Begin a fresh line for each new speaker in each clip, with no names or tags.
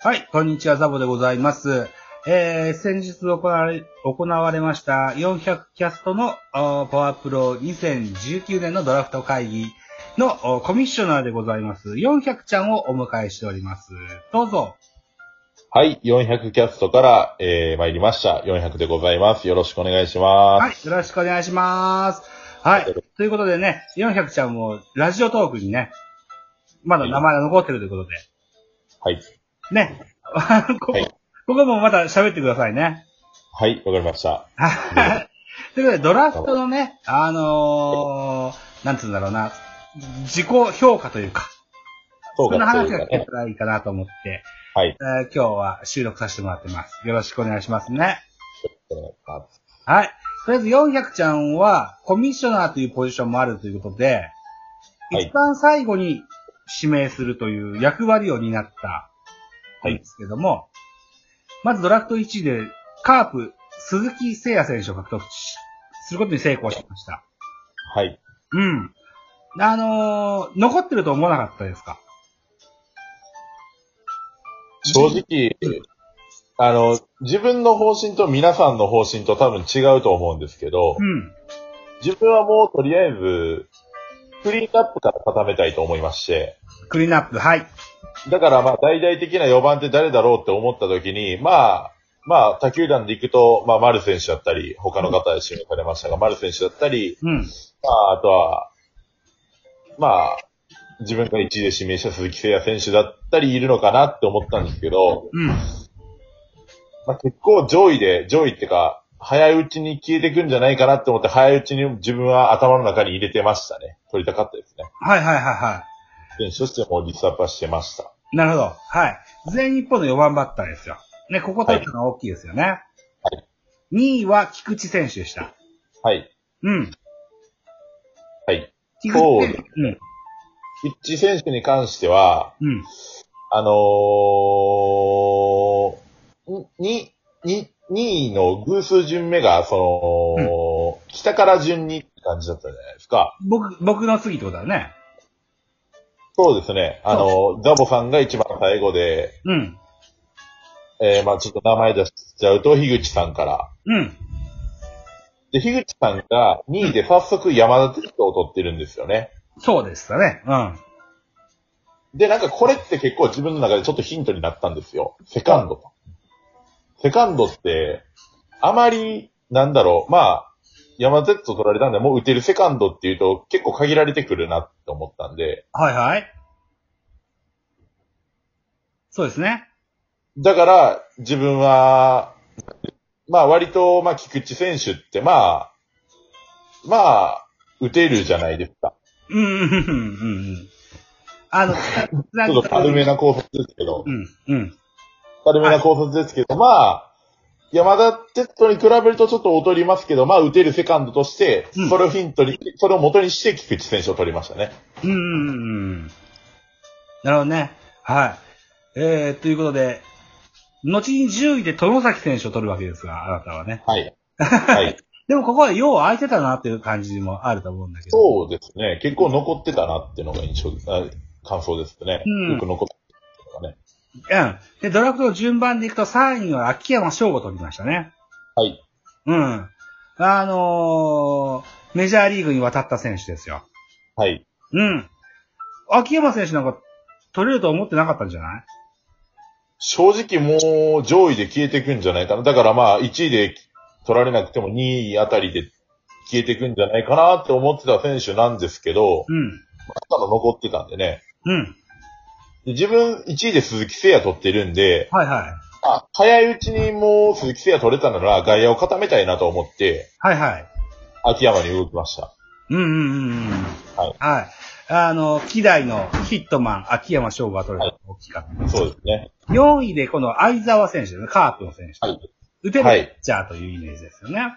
はい、こんにちは、ザボでございます。えー、先日行われ、行われました400キャストのあーパワープロ2019年のドラフト会議のおコミッショナーでございます。400ちゃんをお迎えしております。どうぞ。
はい、400キャストから、えー、参りました。400でございます。よろしくお願いします。
はい、よろしくお願いします。はい、ということでね、400ちゃんもラジオトークにね、まだ名前が残ってるということで、
はい。
ね、 ここ、
はい
ここもまた喋ってくださいね。
はい、わ、かりました。
はい。ということで、ドラフトのね、あのー、なんつうんだろうな、自己評価というか、
そ
そんな話
う
が
か
聞けたらいいかなと思って、
はい。
えー今日は収録させてもらってます。よろしくお願いしますね。
お願いします
はい。とりあえず400ちゃんは、コミッショナーというポジションもあるということで、
はい
一番最後に指名するという役割を担った、
はい
んですけども、まずドラフト1位で、カープ、鈴木誠也選手を獲得し、することに成功しました。
はい。
うん。あのー、残ってると思わなかったですか
正直、あの、自分の方針と皆さんの方針と多分違うと思うんですけど
う、ん。
自分はもうとりあえず、クリーンアップから固めたいと思いまして、
クリーンアップ、はい。
だからまあ、大々的な4番って誰だろうって思った時に、まあ、まあ、他球団で行くと、まあ、丸選手だったり、他の方で指名されましたが、丸選手だったり、
うん。
まあ、あとは、まあ、自分が1位で指名した鈴木誠也選手だったりいるのかなって思ったんですけど、
うん。
まあ、結構上位で、上位ってか、早いうちに消えてくんじゃないかなって思って、早いうちに自分は頭の中に入れてましたね。取りたかったですね。
はいはいはいは
選手としてもリストアップはしてました。。
い。なるほど。はい。全日本の4番バッターですよ。ね、ここ取ったのは大きいですよね。はい2位は菊池選手でした。
はい。
うん。
はい。
菊池選手。うん。
ピッチ選手に関しては、
うん。
あのー、に、に、2位の偶数順目が、その、北から順にって感じだったじゃないですか。
僕、僕の次ってことだね。
そうですね。あの、ザボさんが一番最後で、
うん。
えー、まあちょっと名前出しちゃうと、樋口さんから。
うん。
で、樋口さんが2位で早速山田哲人を取ってるんですよね。
そうでしたね。うん。
で、なんかこれって結構自分の中でちょっとヒントになったんですよ。セカンドと。セカンドって、あまり、なんだろう、まあ、山田哲人取られたんで、もう打てるセカンドっていうと結構限られてくるなって思ったんで、
はいはい。そうですね。
だから、自分は、まあ割と、まあ菊池選手って、まあ、まあ、打てるじゃないですか。
うんうんうんうんうん。あ の、
ちょっと軽めな考察ですけど
う、ん、うん。
軽めな考察ですけど、まあ、山田哲人に比べるとちょっと劣りますけど、まあ打てるセカンドとして
うん、
それをヒントに、それを元にして菊池選手を取りましたね。
うん、うんうんうん。なるほどね。はい。えー、ということで、後に10位で外崎選手を取るわけですが、あなたはね。
はい。はい。
でもここはよう空いてたなっていう感じもあると思うんだけど。
そうですね。結構残ってたなっていうのが印象です、あ感想ですね。
うん
よく残ってたのがね。
うん。で、ドラフトの順番でいくと3位は秋山翔吾取りましたね。
はい。
うん。あのー、メジャーリーグに渡った選手ですよ。
はい。
うん。秋山選手なんか取れると思ってなかったんじゃない
正直もう上位で消えてくんじゃないかな。だからまあ1位で取られなくても2位あたりで消えてくんじゃないかなって思ってた選手なんですけど、
うん。
ただ残ってたんでね。
うん。
で自分1位で鈴木誠也取ってるんで、
はいはい。
あ早いうちにもう鈴木誠也取れたなら外野を固めたいなと思って、
はいはい。
秋山に動きました。
うんうんうんうん。
はい。
はい。あの、希代のヒットマン、秋山翔吾が取れたのが大きかった。
そうですね。
4位でこの相沢選手ですね、カープの選手。
はい。
打てるピ
はい
ッチャーというイメージですよね。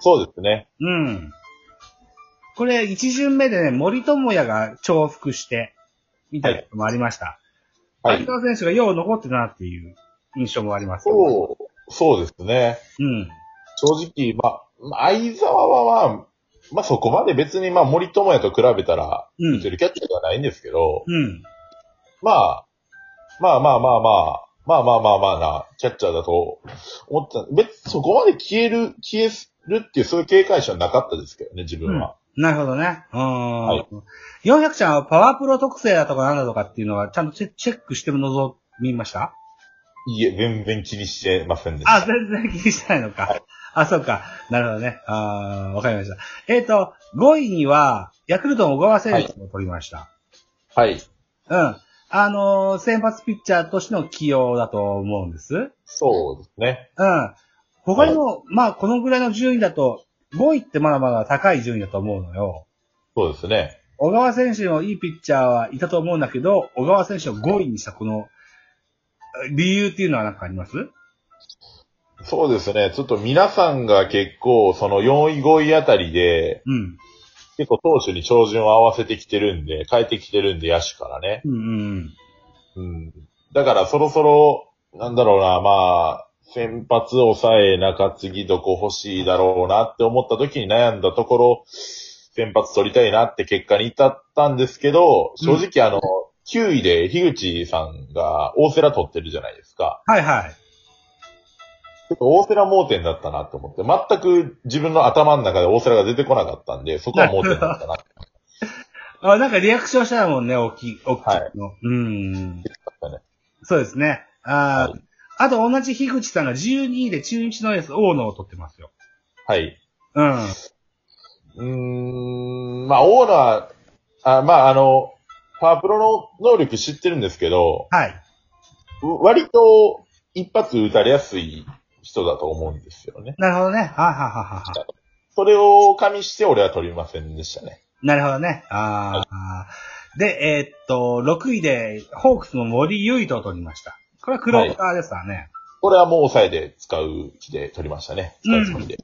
そうですね。
うん。これ、1巡目でね、森友哉が重複して、みたいなこともありました。
は
相
い。
沢選手がよう残ってたなっていう印象もありますよ
そう、そうですね。
うん。
正直、まあ、まあ、相沢はまあ、まあそこまで別にまあ森友哉と比べたら、
う
打て
ん。
るキャッチャーではないんですけど、
うん。
まあ、まあまあまあまあ、まあまあまあまあな、キャッチャーだと思ってた。別にそこまで消える、消えるっていうそういう警戒心はなかったですけどね、自分は。
なるほどね。うーん。
はい
400ちゃんはパワープロ特性だとかなんだとかっていうのはちゃんとチェチェックしても覗みました
いえ、全然気にしてませんでした。
あ、全然気にしてないのか。あ、そうか。なるほどね。あーわかりました。えっ、と、5位には、ヤクルトの小川選手を取りました。
はい。
うん。あのー先発ピッチャーとしての起用だと思うんです。うん。
そうですね。
他にも、まあ、このぐらいの順位だと、5位ってまだまだ高い順位だと思うのよ。
そうですね。
小川選手のいいピッチャーはいたと思うんだけど、小川選手を5位にしたこの、理由っていうのは何かあります
そうですね。ちょっと皆さんが結構、その4位5位あたりで、
うん。
結構投手に照準を合わせてきてるんで、変えてきてるんで、野手からね。
うんうん
うん。だからそろそろ、なんだろうな、まあ、先発抑え中継ぎどこ欲しいだろうなって思った時に悩んだところ、先発取りたいなって結果に至ったんですけど、正直あの、9位で樋口さんが大瀬良取ってるじゃないですか。
はいはい。
結構大瀬良盲点だったなと思って、全く自分の頭の中で大瀬良が出てこなかったんで、そこは盲点だったなって
あ、なんかリアクションしたもんね、大きい、大きい
は
の。うん。
思ったね。
そうですね。あー、
は
あと同じ樋口さんが12位で中日のエース大野を取ってますよ。
はい。
うん。
うーん、まあ、オーナー、あまあ、あの、パワープロの能力知ってるんですけど、
はい。
う割と一発打たれやすい人だと思うんですよね。
なるほどね。はあ、はあはあはあ
それを加味して俺は取りませんでしたね。
なるほどね。あーで、えーっと、6位で、ホークスの森唯斗を取りました。これはクローターですからね。
これはもう抑えで使う気で取りましたね。使うつもりで。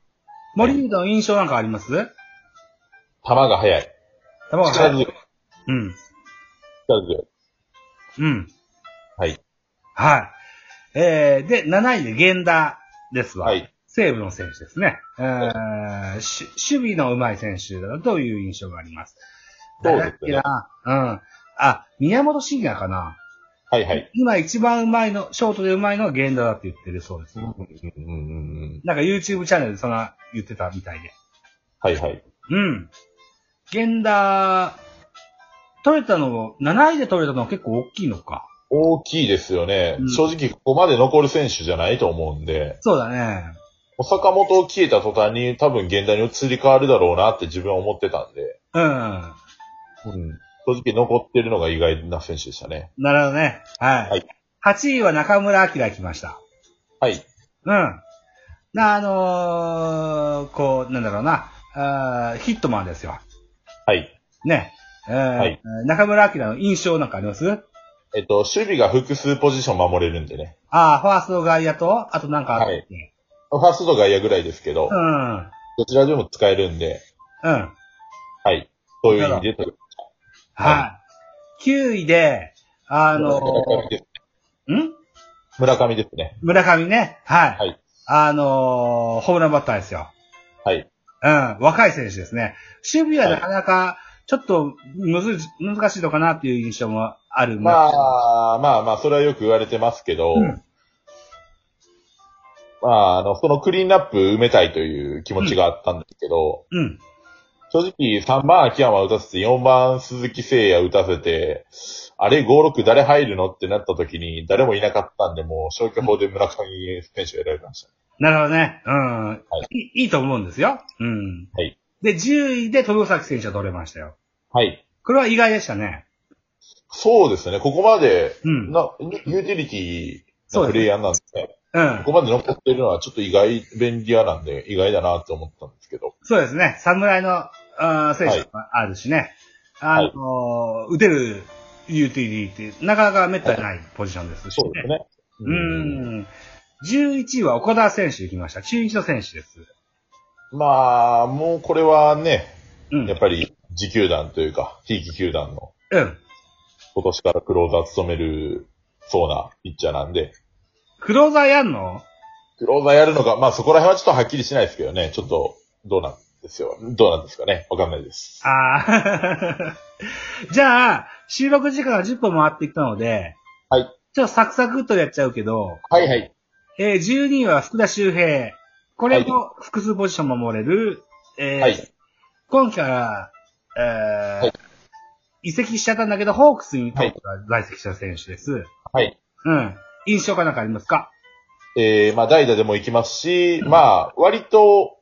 森唯斗の印象なんかあります
球が速い。
玉が
力強い。力
うん。
強い。
うん。
はい。
はい。えー、で、7位で源田ですわ。
はい。
西武の選手ですね。えーし守備の上手い選手だという印象があります。
そうですね
誰だっけな。うん。あ、宮本慎也かな。
はいはい。
今一番上手いの、ショートで上手いのは源田だって言ってるそうです。
うんうんうんうん
なんか YouTube チャンネルでそんな言ってたみたいで。
はいはい。
うん。源田、取れたの、7位で取れたのは結構大きいのか。
大きいですよね。
うん
正直ここまで残る選手じゃないと思うんで。
そうだね。
坂本を消えた途端に多分現代に移り変わるだろうなって自分は思ってたんで、
うん。
正直残ってるのが意外な選手でしたね。
なるほどね。はい。
はい
8位は中村晃来ました。
はい。
うん。な、あのーこう、なんだろうな、あーヒットマンですよ。
はい。
ね。えー
はい
中村晃の印象なんかありますあ
えっと、守備が複数ポジション守れるんでね。
あー、ファースト外野と、あとなんかあったっけ、
ファーストが外野ぐらいですけど、どちらでも使えるんで、
うん。うん。
はい。そういう意味でと。
はい。9位で、あの
村上です
ーん
村上ですね。
村上ね。はい。
はい
あのーホームランバッターですよ。
はい。
うん、若い選手ですね。守備はなかなか、ちょっとむずい、難しいのかなっていう印象もある。
まあ、まあまあ、それはよく言われてますけど、
うん
まあ、あの、そのクリーンナップ埋めたいという気持ちがあったんですけど、
うん。
正直、3番秋山打たせて、4番鈴木誠也打たせて、あれ、5、6誰入るのってなった時に、誰もいなかったんで、もう消去法で村上選手を選びました。
なるほどね。うん、
い
いい。いいと思うんですよ。うん。
はい。
で、10位で豊崎選手は取れましたよ。
はい。
これは意外でしたね。
そうですね、ここまで、
うん
なユーティリティ
そうです
のプレイヤーなんですね。
うん
こ。こまで残ってるのはちょっと意外、便利屋なんで、意外だなって思ったんですけど。
そうですね。侍の、あー選手もあるしね。あのー打てる UTD って、なかなか滅多にないポジションですし、ね。
そうですね。
う。ん。11位は岡田選手行きました。中日の選手です。
まあ、もうこれはね、
うん。
やっぱり、自球団というか、地域球団の
うん。
今年からクローザー務めるそうなピッチャーなんで、
クローザーやんの
クローザーやるのか、まあそこら辺はちょっとはっきりしないですけどね、ちょっとどうなんですよ。どうなんですかね。わかんないです。
ああ。じゃあ、収録時間が10分回ってきたので、
はい。
ちょっとサクサクっとやっちゃうけど、
はいはい。
えー、12位は福田周平。これも複数ポジション守れる。えー
はい
今季から、えー
はい
移籍しちゃったんだけど、ホークスにとっては在籍した選手です。
はい。
うん。印象かなんかありますか
えー、まあ、代打でも行きますし、まあ、割と、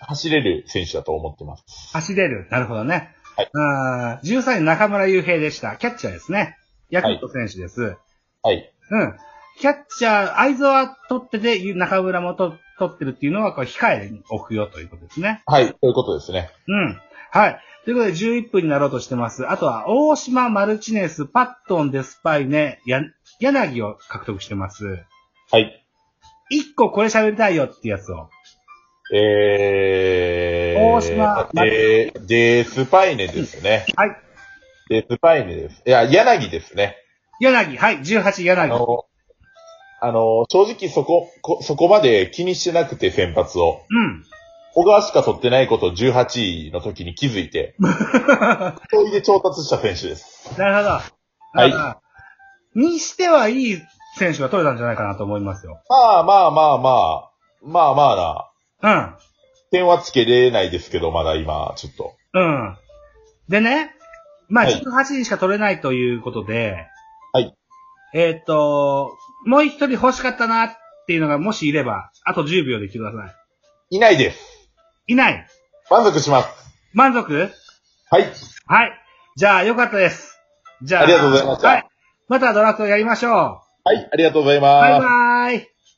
走れる選手だと思ってます。
走れる。なるほどね。
はい
あー13位中村悠平でした。キャッチャーですね。ヤクルト選手です。
はい。
うん。キャッチャー、相沢取ってて、中村も取取ってるっていうのは、これ控えに置くよということですね。
はい。ということですね。
うん。はい。ということで、11分になろうとしてます。あとは、大島、マルチネス、パットン、デスパイネ、や、柳を獲得してます。
はい。
1個これ喋りたいよってやつを。
えー、
大島
で、で、スパイネですね。
はい。
で、スパイネです。いや、柳ですね。
柳、はい、18、
あ
柳。う
の、あの、正直そこ、こそこまで気にしてなくて先発を。
ん。
小川しか取ってないことを18位の時に気づいて、それで調達した選手です。
なるほど。
はい
あー。にしてはいい選手が取れたんじゃないかなと思いますよ。
まあまあまあまあ、まあまあな、
うん。
点はつけれないですけど、まだ今、ちょっと。
うん。でね、まあ、
はい
18人しか取れないということで、
はい。
えーっ、と、もう一人欲しかったなっていうのがもしいれば、あと10秒で来てくださ
いないです。
い。いない
満足します。
満足
はい。
はい。じゃあ、よかったです。じゃあ、
ありがとうございました
はい。またドラフトやりましょう。
はい、ありがとうござい
バイ
ます。
バーイ。